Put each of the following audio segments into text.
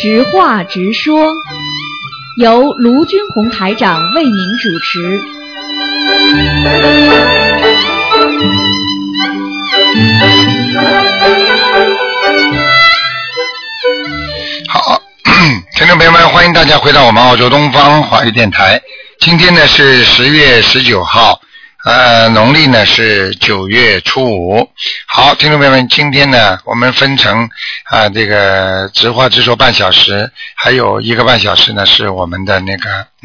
直话直说，由卢军红台长为您主持。好， 听众朋友们，欢迎大家回到我们澳洲东方华语电台。今天呢是十月十九号，呃，农历呢是九月初五。好，听众朋友们，今天呢我们分成啊、这个直话直说半小时，还有一个半小时呢是我们的那个嗯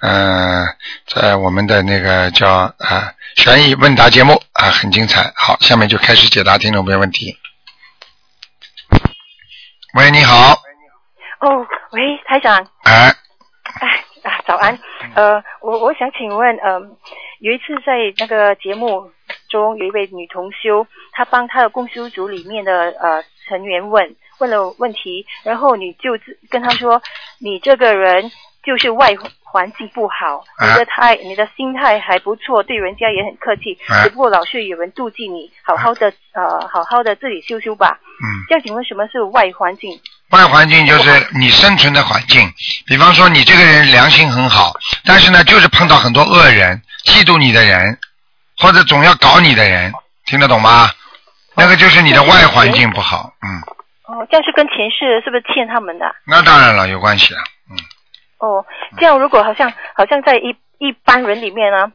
呃，在我们的那个叫啊、悬疑问答节目啊、很精彩。好，下面就开始解答听众朋友问题。喂，你好，哦，喂，台长，哎、哎啊，早安。嗯呃，我我想请问，呃，有一次在那个节目中，有一位女同修，她帮她的共修组里面的呃成员问问了问题，然后你就自跟她说，你这个人就是外环境不好，啊你的态、你的心态还不错，对人家也很客气，啊只不过老是有人妒忌你，好好的呃好好的自己修修吧。嗯。要请问什么是外环境？外环境就是你生存的环境，比方说你这个人良心很好，但是呢，就是碰到很多恶人、嫉妒你的人，或者总要搞你的人，听得懂吗？那个就是你的外环境不好，嗯，哦，这样是跟前世是不是欠他们的啊？那当然了，有关系了，嗯，哦，这样如果好像好像在一一般人里面呢，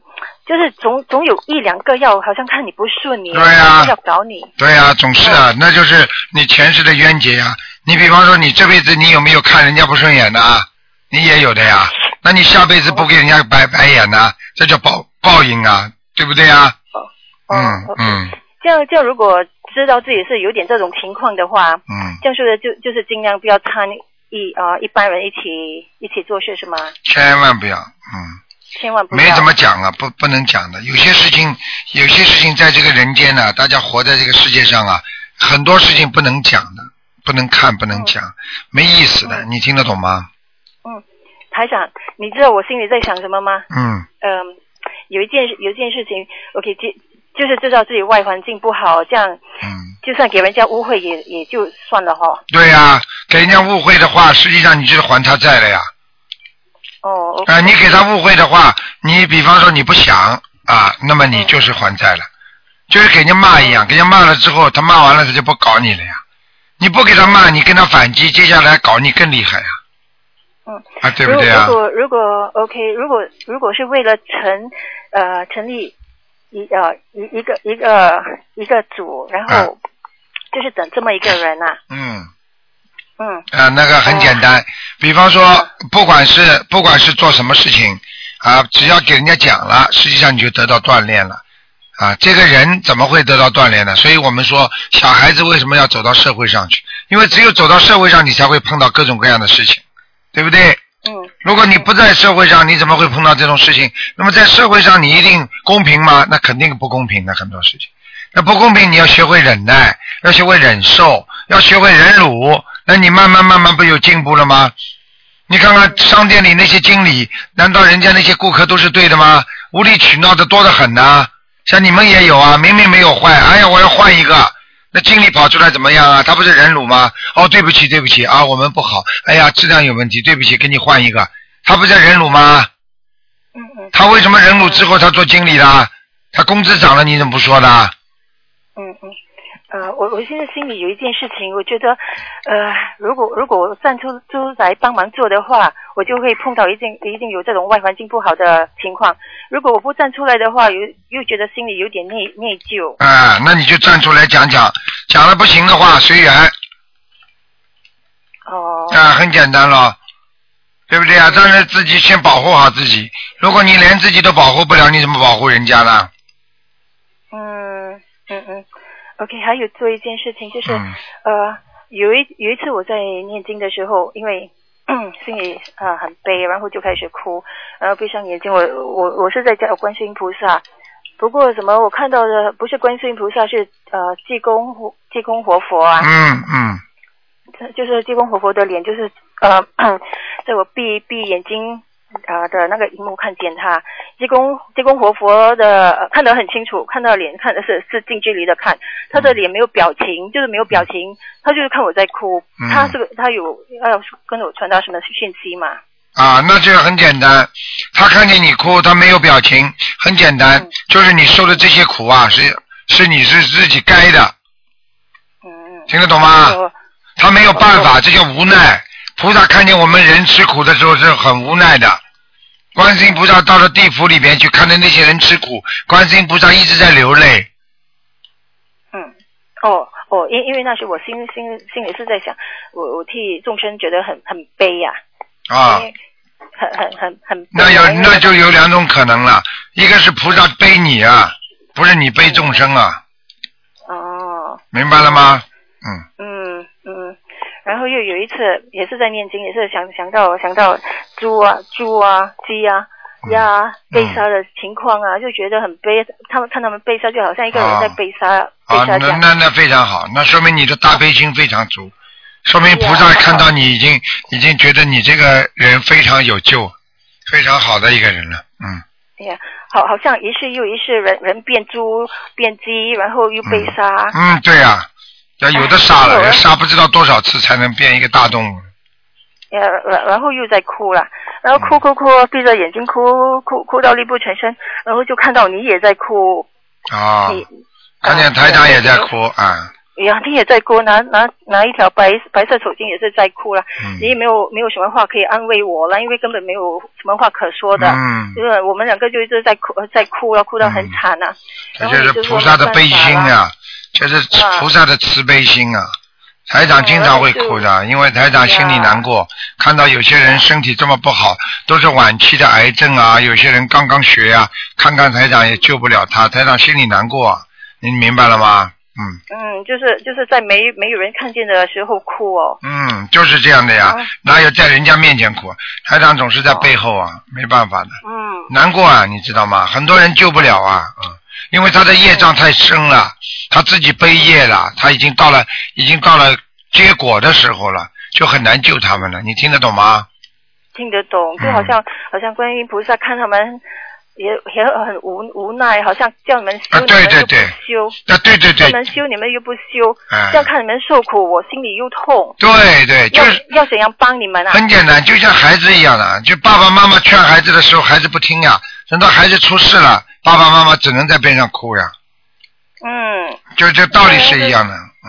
就是总总有一两个要好像看你不顺你，对啊要搞你。对呀、总是啊，那就是你前世的冤结呀、你比方说，你这辈子你有没有看人家不顺眼的啊？你也有的呀，那你下辈子不给人家白白眼呐、这叫报报应啊，对不对呀、哦、嗯哦嗯这样这样如果知道自己是有点这种情况的话，嗯，这样说的就就是尽量不要掺一啊、一般人一起一起做事是吗？千万不要，嗯。千万不要。没怎么讲啊，不不能讲的。有些事情，有些事情在这个人间呢、啊大家活在这个世界上啊，很多事情不能讲的，不能看，不能讲，没意思的。嗯你听得懂吗？台长，你知道我心里在想什么吗？嗯嗯，有一件有一件事情，OK，就就是知道自己外环境不好，这样嗯，就算给人家误会也也就算了哈、对呀、给人家误会的话，实际上你就是还他债了呀。哦，OK，啊、你给他误会的话，你比方说你不想啊，那么嗯你就是还债了，就是给人家骂一样，给人家骂了之后，他骂完了他就不搞你了呀。你不给他骂，你跟他反击，接下来搞你更厉害呀。嗯。啊，对不对啊？如果如果如果 OK，如果如果是为了成呃成立一呃一一个一个一个组，然后就是等这么一个人呐、嗯。嗯啊，那个很简单，比方说，不管是不管是做什么事情，啊，只要给人家讲了，实际上你就得到锻炼了。啊，这个人怎么会得到锻炼呢？所以我们说，小孩子为什么要走到社会上去？因为只有走到社会上，你才会碰到各种各样的事情，对不对？嗯如果你不在社会上，你怎么会碰到这种事情？那么在社会上，你一定公平吗？那肯定不公平的很多事情。那不公平，你要学会忍耐，要学会忍受，要学会忍辱。那你慢慢慢慢不有进步了吗？你看看商店里那些经理，难道人家那些顾客都是对的吗？无理取闹的多得很呐、像你们也有啊，明明没有坏，哎呀，我要换一个。那经理跑出来怎么样啊？他不是忍辱吗？哦，对不起，对不起啊，我们不好，哎呀，质量有问题，对不起，给你换一个。他不在忍辱吗？嗯嗯他为什么忍辱之后他做经理啦？他工资涨了，你怎么不说呢？嗯嗯。呃，我我现在心里有一件事情，我觉得，呃，如果如果我站出出来帮忙做的话，我就会碰到一定一定有这种外环境不好的情况。如果我不站出来的话，又又觉得心里有点内内疚。啊、那你就站出来讲讲，讲了不行的话随缘啊、哦、很简单了，对不对啊？但是自己先保护好自己。如果你连自己都保护不了，你怎么保护人家呢？嗯嗯嗯，OK，还有做一件事情就是，嗯呃，有一有一次我在念经的时候，因为心里啊、呃很悲，然后就开始哭，然后闭上眼睛，我我我是在叫观世音菩萨，不过怎么我看到的不是观世音菩萨，是呃济公活济公活佛啊，嗯嗯 就是济公活佛的脸，就是呃，在我闭闭眼睛呃的那个荧幕看见他，济公济公活佛的、呃看得很清楚，看到脸看的是是近距离的看，他的脸没有表情，就是没有表情，他就是看我在哭，嗯他是个他有要跟我传达什么讯息嘛？啊，那这个很简单，他看见你哭，他没有表情，很简单嗯，就是你受的这些苦啊，是是你是自己该的，嗯，听得懂吗？我他没有办哦法，这叫无奈。菩萨看见我们人吃苦的时候是很无奈的。观世音菩萨到了地府里边去，看着那些人吃苦，观世音菩萨一直在流泪。嗯，哦哦，因因为那时我心心心里是在想，我我替众生觉得很很悲呀、啊因，为很很很很悲那啊有因为那就有两种可能了，一个是菩萨背你啊，不是你背众生啊，哦，明白了吗？嗯，嗯嗯，然后又有一次也是在念经，也是想想到想到猪啊猪啊鸡啊嗯鸭啊嗯被杀的情况啊，就觉得很悲，他们看他们被杀，就好像一个人在啊被杀、被啊，杀这那样。那那非常好，那说明你的大悲心非常足，说明菩萨对啊看到你已经已经觉得你这个人非常有救，非常好的一个人了，嗯。哎呀，好好像一世又一世人人变猪变鸡，然后又被杀。 嗯，对呀、那有的杀哎了，我要杀不知道多少次才能变一个大动物。呃，然然后又在哭了，然后嗯哭哭哭，闭着眼睛哭哭哭到力不从身，然后就看到你也在哭，啊、你看见台长也在哭啊，哎呀，你也在哭，拿拿拿一条白白色手巾也是在哭了，你也嗯，没有没有什么话可以安慰我了，因为根本没有什么话可说的，嗯，就是我们两个就一直在哭，呃在哭了，哭到很惨呐、这然后就你是就说菩萨的没办悲法心啦，啊，这是啊菩萨的慈悲心啊。台长经常会哭的，因为台长心里难过，看到有些人身体这么不好，都是晚期的癌症啊，有些人刚刚学啊，看看台长也救不了他，台长心里难过啊，你明白了吗？嗯。嗯，就是就是在没没有人看见的时候哭哦，嗯，就是这样的呀啊，哪有在人家面前哭？台长总是在背后啊，没办法的，嗯难过啊，你知道吗？很多人救不了啊，嗯，因为他的业障太深了，他自己背业了，他已经到了已经到了结果的时候了，就很难救他们了。你听得懂吗？听得嗯懂，就好像、好像观音菩萨看他们也也很无无奈，好像叫你们修，啊对你们对又对不修，啊，对对对叫你，们修你们又不修，哎这样看你们受苦，我心里又痛，对对，就要是要怎样帮你们啊？很简单，就像孩子一样的，就爸爸妈妈劝孩子的时候，孩子不听呀，等到孩子出事了，爸爸妈妈只能在边上哭呀，嗯就这道理是一样的，嗯。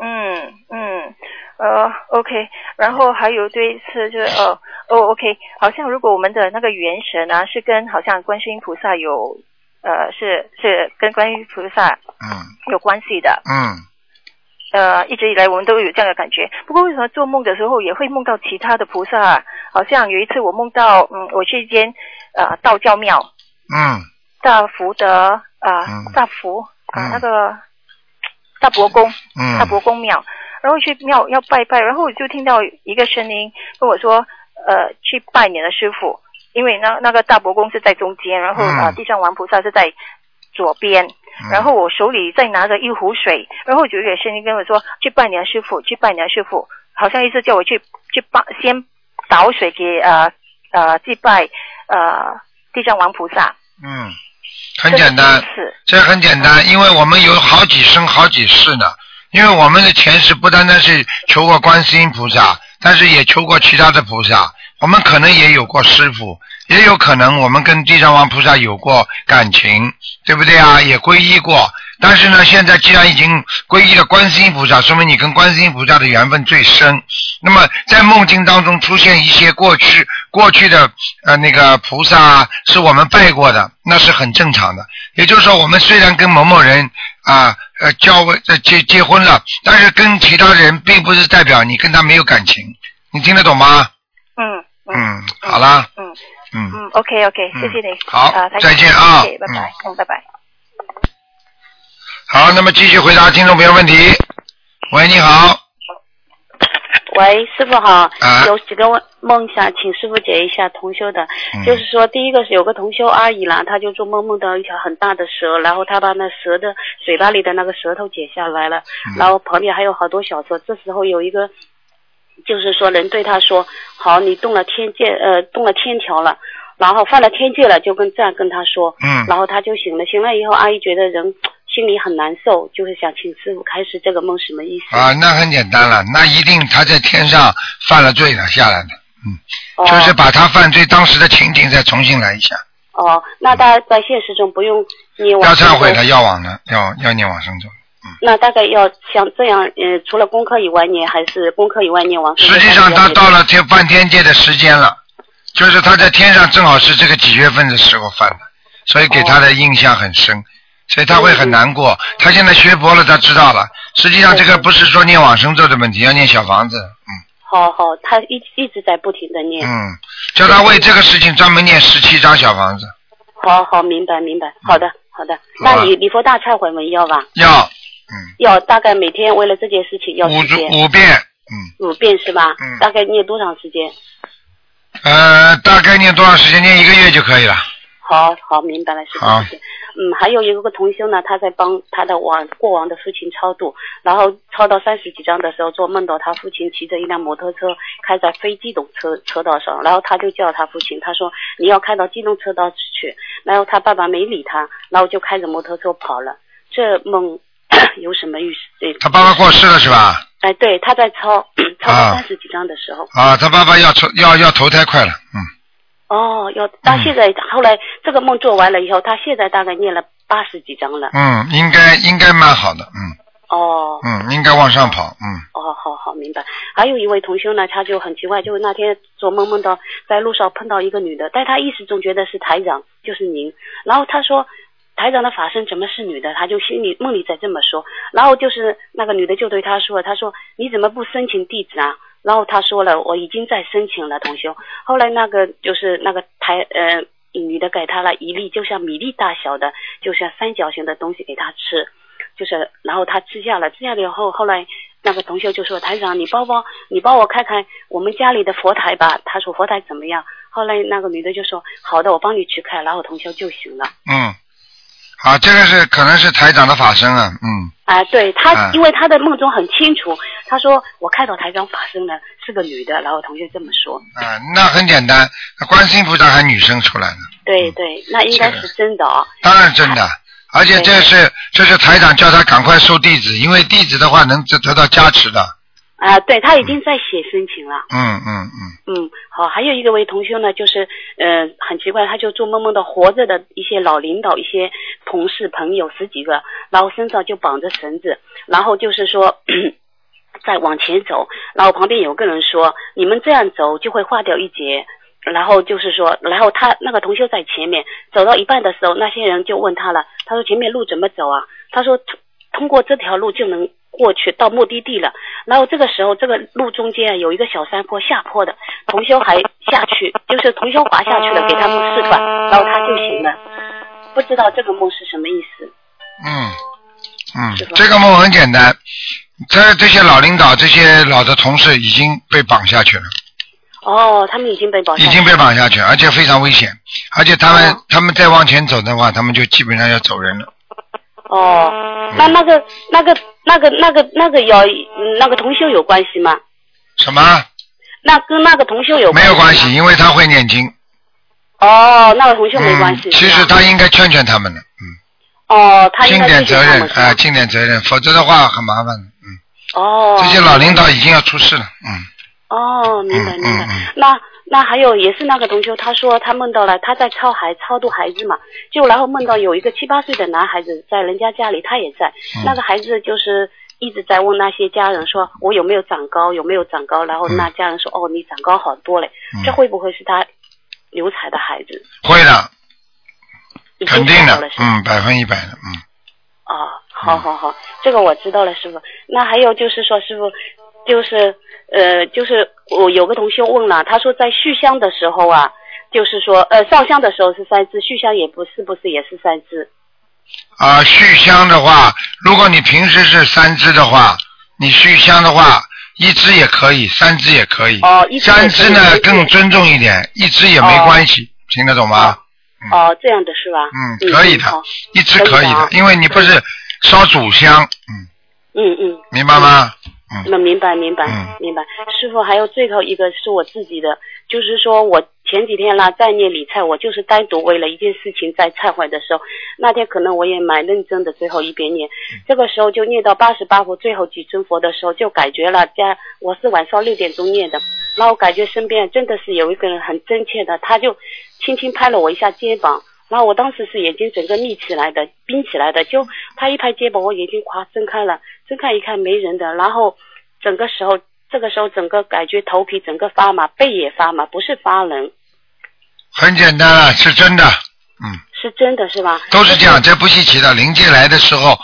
嗯嗯，呃，OK，然后还有对一次就是呃哦 OK，好像如果我们的那个元神啊是跟好像观世音菩萨有呃是是跟观音菩萨嗯有关系的，嗯，呃，一直以来我们都有这样的感觉。不过为什么做梦的时候也会梦到其他的菩萨啊？好像有一次我梦到，嗯，我去一间呃道教庙，嗯，大福德啊、呃嗯大福啊、嗯那个大伯公，嗯，大伯公庙，然后去庙要拜拜，然后我就听到一个声音跟我说，呃，去拜你的师傅，因为那那个大伯公是在中间，然后嗯啊、呃地藏王菩萨是在左边。嗯然后我手里再拿着一壶水，然后就有声音跟我说：“去拜你的师傅，去拜你的师傅。”好像意思叫我去去拜，先倒水给呃呃祭拜呃地藏王菩萨。嗯，很简单，是这很简单，因为我们有好几生好几世呢。因为我们的前世不单单是求过观世音菩萨，但是也求过其他的菩萨。我们可能也有过师傅，也有可能我们跟地藏王菩萨有过感情，对不对啊？也皈依过。但是呢，现在既然已经皈依了观世音菩萨，说明你跟观世音菩萨的缘分最深。那么在梦境当中出现一些过去过去的呃那个菩萨啊是我们拜过的，那是很正常的。也就是说，我们虽然跟某某人啊呃交往呃结结婚了，但是跟其他人并不是代表你跟他没有感情，你听得懂吗？嗯嗯嗯，好啦，嗯嗯，嗯，OK OK，嗯谢谢你。好啊，台长再见啊谢谢，拜拜，嗯，拜拜。好，那么继续回答听众朋友问题。喂，你好，喂，师傅好，啊有几个问梦想，请师傅解一下同修的。嗯就是说，第一个是有个同修阿姨啦，她就做梦梦到一条很大的蛇，然后她把那蛇的嘴巴里的那个舌头解下来了，嗯然后旁边还有好多小蛇。这时候有一个就是说人对他说，好，你动了天界，呃，动了天条了，然后犯了天界了，就跟这样跟他说，嗯然后他就醒了，醒了以后，阿姨觉得人心里很难受，就是想请师傅开始这个梦什么意思？啊，那很简单了，那一定他在天上犯了罪了下来的，哦就是把他犯罪当时的情景再重新来一下，哦，那大在现实中不用你往要忏悔生的，要往呢，要要念往生咒。那大概要像这样，呃，除了功课以外念，还是功课以外念完。实际上他到了天犯天界的时间了，就是他在天上正好是这个几月份的时候犯的，所以给他的印象很深，所以他会很难过。他现在学佛了，他知道了。实际上这个不是说念往生咒的问题，要念小房子。好好，他一一直在不停的念。嗯，叫他为这个事情专门念十七张小房子，好好，明白明白。好的好的，嗯好那吧你礼佛大忏悔文要吧？要要大概每天为了这件事情要五时间五遍。嗯，五遍是吧？嗯大概念多长时间？呃，大概念多长时间？念一个月就可以了。好好，明白了，师傅。好谢谢嗯，还有一个同修呢，他在帮他的往过往的父亲超度，然后超到三十几章的时候，做梦到他父亲骑着一辆摩托车开在非机动车车道上，然后他就叫他父亲，他说你要开到机动车道去，然后他爸爸没理他，然后就开着摩托车跑了。这梦 有什么预示？对，他爸爸过世了是吧？哎，对，他在超超啊到三十几章的时候，啊，他爸爸要投要要投胎快了。嗯，哦，要到嗯现在，后来这个梦做完了以后，他现在大概念了八十几章了。嗯，应该应该蛮好的，嗯哦，嗯，应该往上跑，嗯哦，好好明白。还有一位同修呢，他就很奇怪，就是那天做梦梦到在路上碰到一个女的，但他意识中觉得是台长，就是您。然后他说台长的法身怎么是女的？他就心里梦里在这么说。然后就是那个女的就对他说，他说你怎么不申请地址啊？然后他说了，我已经在申请了，同修。后来那个就是那个台呃女的给他了一粒就像米粒大小的，就像三角形的东西给他吃。就是然后他吃下了，吃下了以后，后来那个同学就说：“台长，你帮帮，你帮我看看我们家里的佛台吧。”他说：“佛台怎么样？”后来那个女的就说：“好的，我帮你去看。”然后同学就醒了。嗯。好，这个是可能是台长的法身啊，嗯啊，对嗯他，因为他的梦中很清楚，他说我看到台长法身了，是个女的。然后同学这么说，啊、那很简单，观世音菩萨还女生出来呢，对对，那应嗯该是真的啊。当然真的，而且这是这是台长叫他赶快收弟子，因为弟子的话能得得到加持的，啊，对他已经在写申请了。嗯嗯嗯，嗯，好，还有一个位同修呢，就是呃，很奇怪，他就做梦梦到活着的一些老领导、一些同事、朋友十几个，然后身上就绑着绳子，然后就是说。 再往前走，然后旁边有个人说：“你们这样走就会化掉一截。”然后就是说，然后他那个同修在前面走到一半的时候，那些人就问他了，他说：“前面路怎么走啊？”他说：“通通过这条路就能过去到目的地了。”然后这个时候，这个路中间啊有一个小山坡下坡的，同修还下去，就是同修滑下去了，给他们示范，然后他就醒了。不知道这个梦是什么意思？嗯嗯是吧，这个梦很简单，这这些老领导、这些老的同事已经被绑下去了。哦，他们已经被绑架已经被绑下去，而且非常危险，而且他们、哦他们再往前走的话，他们就基本上要走人了。哦，那那个那个那个那个那个有嗯那个同修有关系吗？什么？那跟那个同修有没有关吗系，因为他会念经。哦，那个同修没关系。嗯，其是实吧他应该劝劝他们的，嗯，哦，他应尽该点是责任他啊、们是吧尽点责任，否则的话很麻烦的。嗯，哦，这些老领导已经要出事了。嗯，哦，明白嗯明白。嗯嗯那那还有也是那个同修，他说他梦到了他在超孩超度孩子嘛，就然后梦到有一个七八岁的男孩子在人家家里，他也在，嗯那个孩子就是。一直在问那些家人说，我有没有长高，有没有长高？然后那家人说，哦，你长高好多嘞。嗯这会不会是他流产的孩子？会的，已经肯定知道的了，是吧嗯，百分一百的，嗯。啊，好好好，这个我知道了，师傅。那还有就是说，师傅，就是呃，就是我有个同学问了，他说在续香的时候啊，就是说呃上香的时候是三支，续香也不是不是也是三支。啊，续香的话，如果你平时是三支的话，你续香的话，一支也可以，三支也可以。哦一支也可以三支呢一支更尊重一点，一支也没关系，听得懂吗？嗯哦，这样的是吧？嗯，可以的好，一支可可以以的啊的，因为你不是烧主香，嗯，嗯嗯。明白吗？嗯那明白明白嗯明白，师傅还有最后一个是我自己的，就是说我前几天啦在念理财，我就是单独为了一件事情在忏悔的时候，那天可能我也蛮认真的，最后一边念，嗯这个时候就念到八十八佛最后几尊佛的时候，就感觉了家我是晚上六点钟念的，然后感觉身边真的是有一个人很真切的，他就轻轻拍了我一下肩膀。然后我当时是眼睛整个眯起来的，冰起来的，就他一拍肩膀，我眼睛咵睁开了，睁开一看没人的，然后整个时候，这个时候整个感觉头皮整个发麻，背也发麻，不是发冷，很简单了，是真的，嗯，是真的是吧？都是这样，这不稀奇的。灵界来的时候，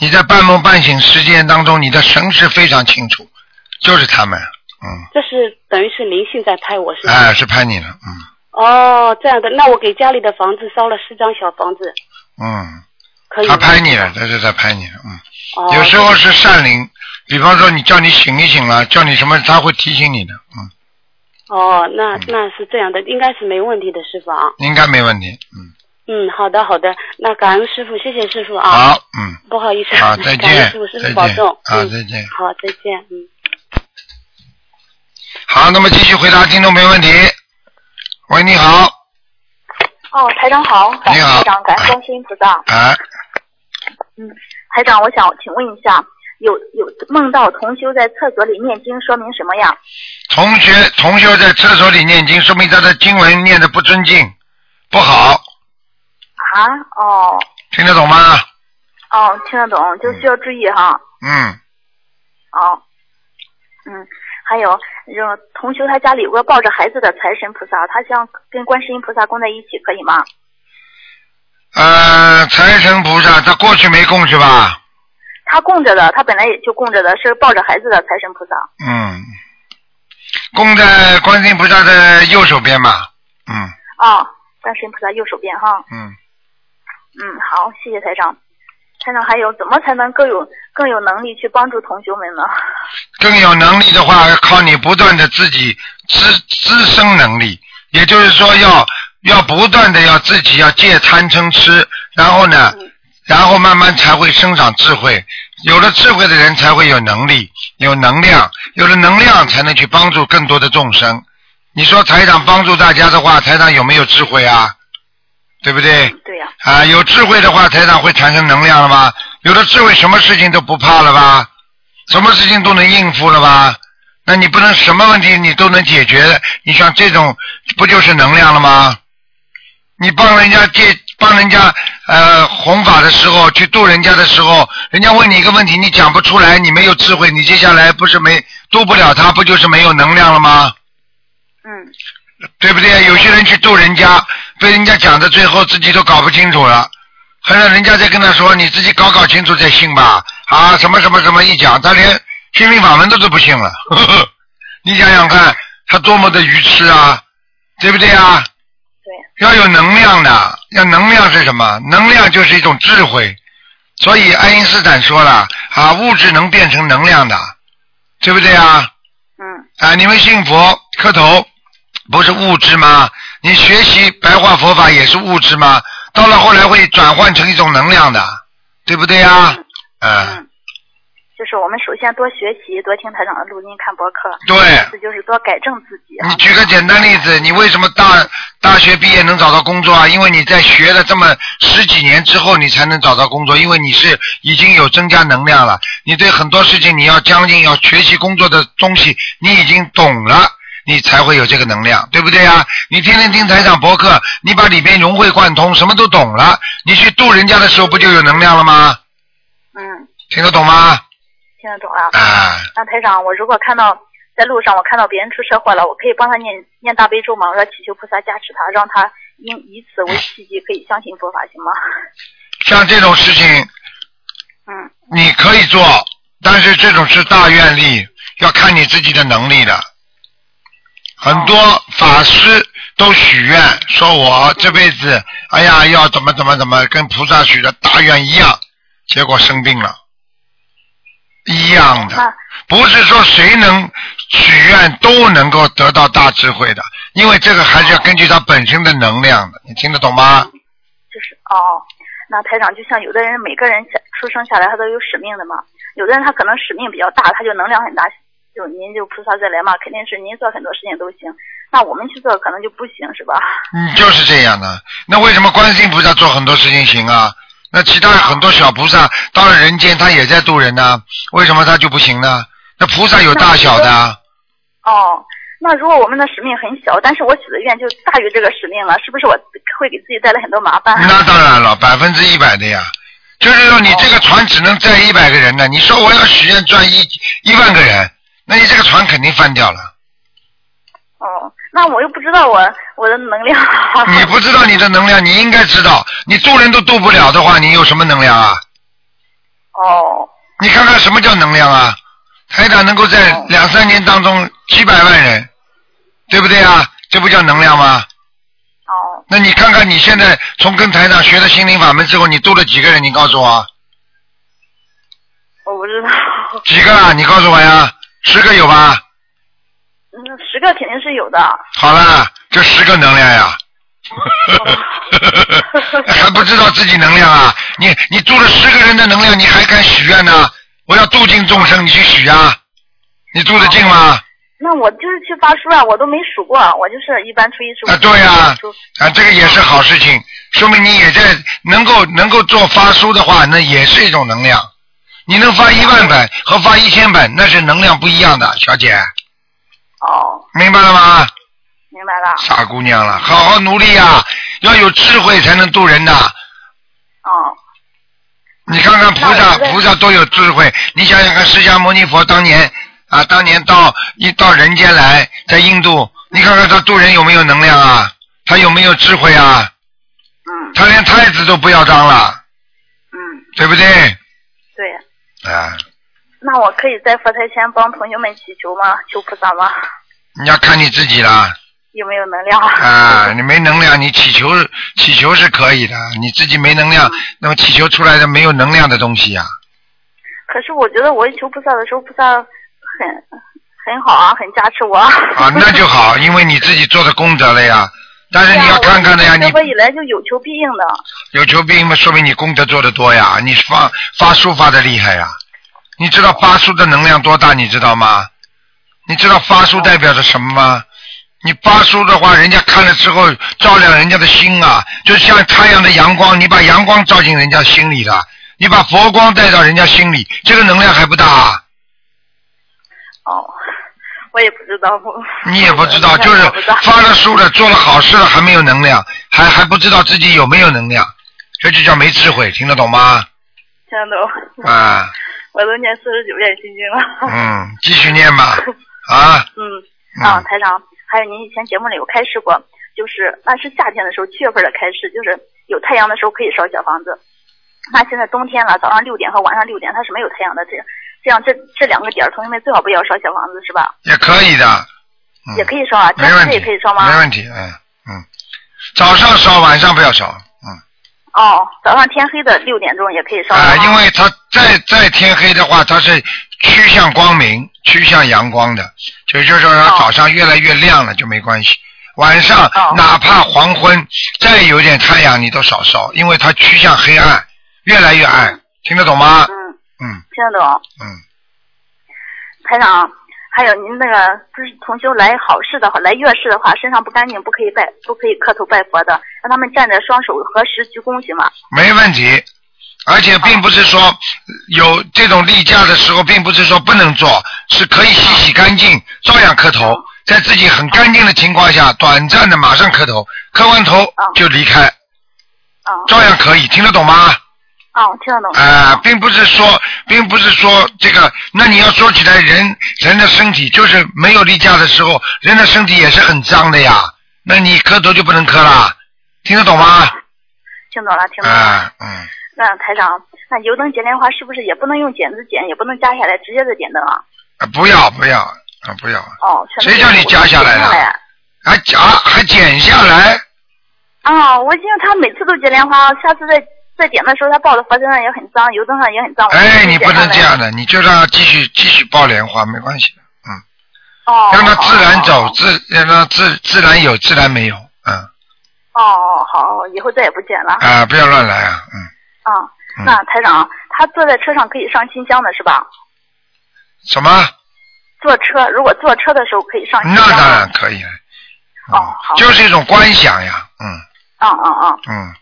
你在半梦半醒时间当中，你的神识非常清楚，就是他们，嗯，这是等于是灵性在拍我是吧？哎，是叛逆了，嗯哦，这样的，那我给家里的房子烧了四张小房子，嗯，可以他吗拍你了，他是在拍你了，嗯。哦，有时候是善灵，比方说你叫你醒一醒了，叫你什么，他会提醒你的，嗯，哦，那那是这样的，应该是没问题的，师傅啊。应该没问题，嗯，嗯，好的好的，那感恩师傅，谢谢师傅啊。好，嗯， 不好意思，好，再感恩见师傅，师，再傅保见，重。啊，嗯再见，好，再见，嗯。好，那么继续回答听众没问题。喂，你好，哦，台长好，感你谢好哎台长，感恩观世音菩萨。啊，台长，我想请问一下，有有梦到同修在厕所里念经，说明什么呀？同学，同学在厕所里念经，说明他的经文念的不尊敬，不好，啊，哦听得懂吗？哦，听得懂，就需要注意哈。嗯，哦，嗯，还有就是同修他家里有个抱着孩子的财神菩萨，他想跟观世音菩萨供在一起，可以吗？呃，财神菩萨他过去没供是吧？他供着的，他本来也就供着的，是抱着孩子的财神菩萨。嗯，供在观世音菩萨的右手边吧。嗯啊、观世音菩萨右手边哈。嗯，嗯，好，谢谢台长。台长，还有怎么才能更有更有能力去帮助同学们呢？ 更有能力的话，靠你不断的自己滋滋生能力，也就是说要要不断的要自己要戒贪嗔痴，然后呢，然后慢慢才会生长智慧。有了智慧的人才会有能力，有能量，有了能量才能去帮助更多的众生。你说台长帮助大家的话，台长有没有智慧啊？对不对？对呀、啊，有智慧的话，台长会产生能量了吧？有了智慧，什么事情都不怕了吧？什么事情都能应付了吧？那你不能什么问题你都能解决，你像这种不就是能量了吗？你帮人家借帮人家呃弘法的时候，去度人家的时候，人家问你一个问题，你讲不出来，你没有智慧，你接下来不是没度不了他，不就是没有能量了吗？嗯，对不对？有些人去逗人家，被人家讲的最后自己都搞不清楚了，还让人家再跟他说你自己搞搞清楚再信吧。啊，什么什么什么一讲，他连心灵法门都是不信了。 呵呵你想想看，他多么的愚痴啊，对不对啊？对。要有能量的，要能量是什么？能量就是一种智慧。所以爱因斯坦说了啊，物质能变成能量的，对不对啊？嗯，啊，你们信佛磕头不是物质吗？你学习白话佛法也是物质吗？到了后来会转换成一种能量的，对不对呀？嗯，嗯就是我们首先多学习，多听台长的录音、看博客，对。这就是多改正自己啊你。举个简单例子，你为什么大大学毕业能找到工作啊？因为你在学了这么十几年之后，你才能找到工作，因为你是已经有增加能量了。你对很多事情你要将近要学习工作的东西，你已经懂了。你才会有这个能量，对不对啊？你天天听台长博客，你把里边融会贯通，什么都懂了。你去度人家的时候，不就有能量了吗？嗯，听得懂吗？听得懂了。啊，那台长，我如果看到在路上我看到别人出车祸了，我可以帮他念念大悲咒吗？我说祈求菩萨加持他，让他因以此为契机，可以相信佛法，行吗？像这种事情，嗯，你可以做，但是这种是大愿力，要看你自己的能力的。很多法师都许愿说：“我这辈子，哎呀，要怎么怎么怎么，跟菩萨许的大愿一样。”结果生病了，一样的。那不是说谁能许愿都能够得到大智慧的，因为这个还是要根据他本身的能量的。你听得懂吗？就是哦，那台长就像有的人每个人家出生下来他都有使命的嘛。有的人他可能使命比较大，他就能量很大，就您就菩萨再来嘛，肯定是您做很多事情都行。那我们去做可能就不行，是吧？嗯，就是这样的。那为什么观世音菩萨做很多事情行啊？那其他很多小菩萨到了人间，他也在度人呢、为什么他就不行呢？那菩萨有大小的啊，哦，那如果我们的使命很小，但是我许的愿就大于这个使命了，是不是我会给自己带来很多麻烦？那当然了，百分之一百的呀。就是说，你这个船只能载一百个人呢。你说我要许愿赚一一万个人，那你这个船肯定翻掉了。哦，那我又不知道我我的能量。你不知道你的能量，你应该知道。你度人都度不了的话，你有什么能量啊？哦，你看看什么叫能量啊？台长能够在两三年当中几百万人，对不对啊？这不叫能量吗？哦，那你看看你现在从跟台长学的心灵法门之后，你度了几个人？你告诉我，我不知道。几个啊？你告诉我呀，十个有吧？嗯，十个肯定是有的。好啦，这十个能量呀，还不知道自己能量啊？你你度了十个人的能量，你还敢许愿呢、我要度尽众生，你去许啊？你度得尽吗？那我就是去发书啊，我都没数过，我就是一般初一十五。啊对呀啊、啊，这个也是好事情，说明你也在能够能够做发书的话，那也是一种能量。你能发一万本和发一千本，那是能量不一样的，小姐，哦，明白了吗？明白了。傻姑娘了，好好努力呀、要有智慧才能度人呐、哦，你看看菩那萨，我觉得菩萨多有智慧。你想想看，释迦牟尼佛当年啊，当年到一到人间来，在印度，你看看他度人有没有能量啊？他有没有智慧啊？嗯他连太子都不要当了，嗯，对不对？对。啊，那我可以在佛台前帮同学们祈求吗？求菩萨吗？你要看你自己啦。有没有能量？啊，你没能量，你祈求祈求是可以的，你自己没能嗯量，那么祈求出来的没有能量的东西呀、可是我觉得我求菩萨的时候，菩萨很很好啊，很加持我。啊，那就好，因为你自己做的功德了呀。但是对你呀要看看的呀，我你学佛以来就有求必应的。有求必应嘛，说明你功德做得多呀，你发发书发的厉害呀。你知道发书的能量多大，你知道吗？你知道发书代表着什么吗？你发书的话，人家看了之后照亮人家的心啊，就像太阳的阳光，你把阳光照进人家心里了，你把佛光带到人家心里，这个能量还不大、啊？哦，我也不知道，我你也不知 道，我就是我不知道发了书了，做了好事了，还没有能量，还还不知道自己有没有能量，这就叫没智慧，听得懂吗？现在都啊，我都念四十九遍心经了。嗯，继续念吧， 啊，嗯啊，嗯，台长，还有您以前节目里有开示过，就是那是夏天的时候，七月份的开示，就是有太阳的时候可以烧小房子。那现在冬天了，早上六点和晚上六点它是没有太阳的，这这样这这两个点儿，同学们最好不要烧小房子，是吧？也可以的，嗯也可以烧啊，没天问这题，也可以烧吗没？问题，嗯嗯，早上烧，晚上不要烧，嗯哦，早上天黑的六点钟也可以烧啊，吗因为它再再天黑的话，它是趋向光明、趋向阳光的，也就是说它哦早上越来越亮了就没关系，晚上哦哪怕黄昏再有点太阳你都少烧，因为它趋向黑暗，越来越暗，听得懂吗？嗯，嗯听得懂。嗯。台长，还有您那个不是同修来好事的话，来月事的话，身上不干净不可以拜，不可以磕头拜佛的，让他们站着双手合十鞠躬行吗？没问题。而且并不是说有这种例假的时候，并不是说不能做，是可以洗洗干净，照样磕头，在自己很干净的情况下，短暂的马上磕头，磕完头就离开，啊、照样可以，听得懂吗？啊、听得懂。啊、并不是说，并不是说这个，那你要说起来人，人的身体就是没有例假的时候，人的身体也是很脏的呀，那你磕头就不能磕啦，听得懂吗？听懂了，听懂了。啊、嗯。那台长，那油灯剪莲花是不是也不能用剪子剪，也不能夹下来直接再点灯啊？啊，不要不要啊，不要，哦，全都谁叫你夹下来的剪下来还夹还剪下哦来，啊，我因为他每次都剪莲花，下次再再点的时候，他抱的佛身上也很脏，油灯上也很脏。我就哎，剪你不下能来这。样的，你就让它继续继续爆莲花，没关系的，哦，让它自然好走，。自让它自自然有，自然没有，嗯好好哦，好，以后再也不剪了。啊，不要乱来啊，嗯啊，嗯那台长，他他坐在车上可以上新疆的是吧？什么？坐车如果坐车的时候可以上新疆那的。当然可以了。嗯哦好就是一种观想呀，嗯嗯嗯嗯，嗯，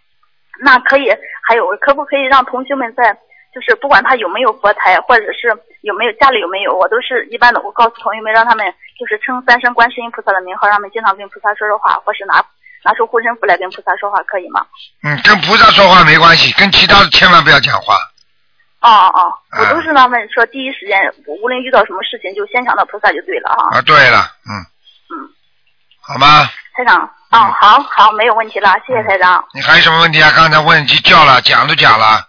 那可以。还有，可不可以让同学们在，就是不管他有没有佛台，或者是有没有家里有没有，我都是一般的，我告诉同学们，让他们就是称三声观世音菩萨的名号，让他们经常跟菩萨说说话，或是拿拿出护身符来跟菩萨说话，可以吗？嗯，跟菩萨说话没关系，跟其他的千万不要讲话。哦哦哦，我嗯都是让他们说第一时间，我无论遇到什么事情就先想到菩萨就对了哈。啊，对了，嗯，嗯，好吗？台长，嗯，好好，没有问题了，谢嗯谢台长。你还有什么问题啊？刚才问就叫了，讲都讲了，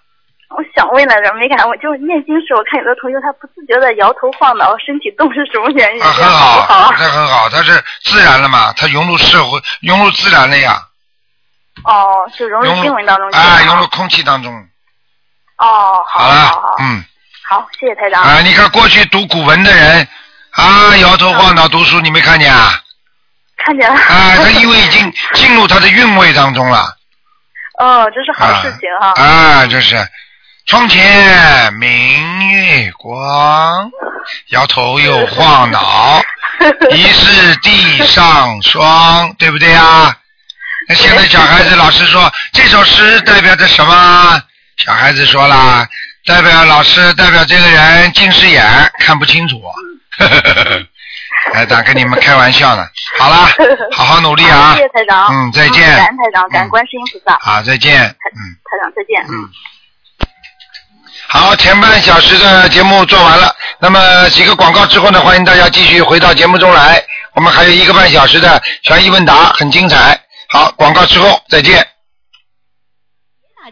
我想问来着，没敢问，就是念经时，我看有的同学他不自觉的摇头晃脑，身体动是什么原因？啊，很这样好不好好，啊？这很好，它是自然了嘛，它融入社会，融入自然了呀，哦，就融入融经文当中去了。啊，融入空气当中，哦，好好好了好，，嗯，好，谢谢台长。啊，你看过去读古文的人啊，摇头晃脑读书，你没看见啊？看见了。啊，他因为已经进入他的韵味当中了。 哦，这是好事情哈。啊，就是窗前明月光，摇头又晃 脑，疑是地上霜，对不对啊？那现在小孩子老师说这首诗代表着什么？小孩子说啦，代表老师，代表这个人近视眼看不清 楚。哎，咋跟你们开玩笑呢？好啦，好好努力好啊谢！谢台长。嗯再见嗯感恩台长，感恩观世音菩萨。好，再见。嗯。台长再见。嗯，好，前半小时的节目做完了，那么几个广告之后呢，欢迎大家继续回到节目中来，我们还有一个半小时的悬疑问答，很精彩。好，广告之后再见。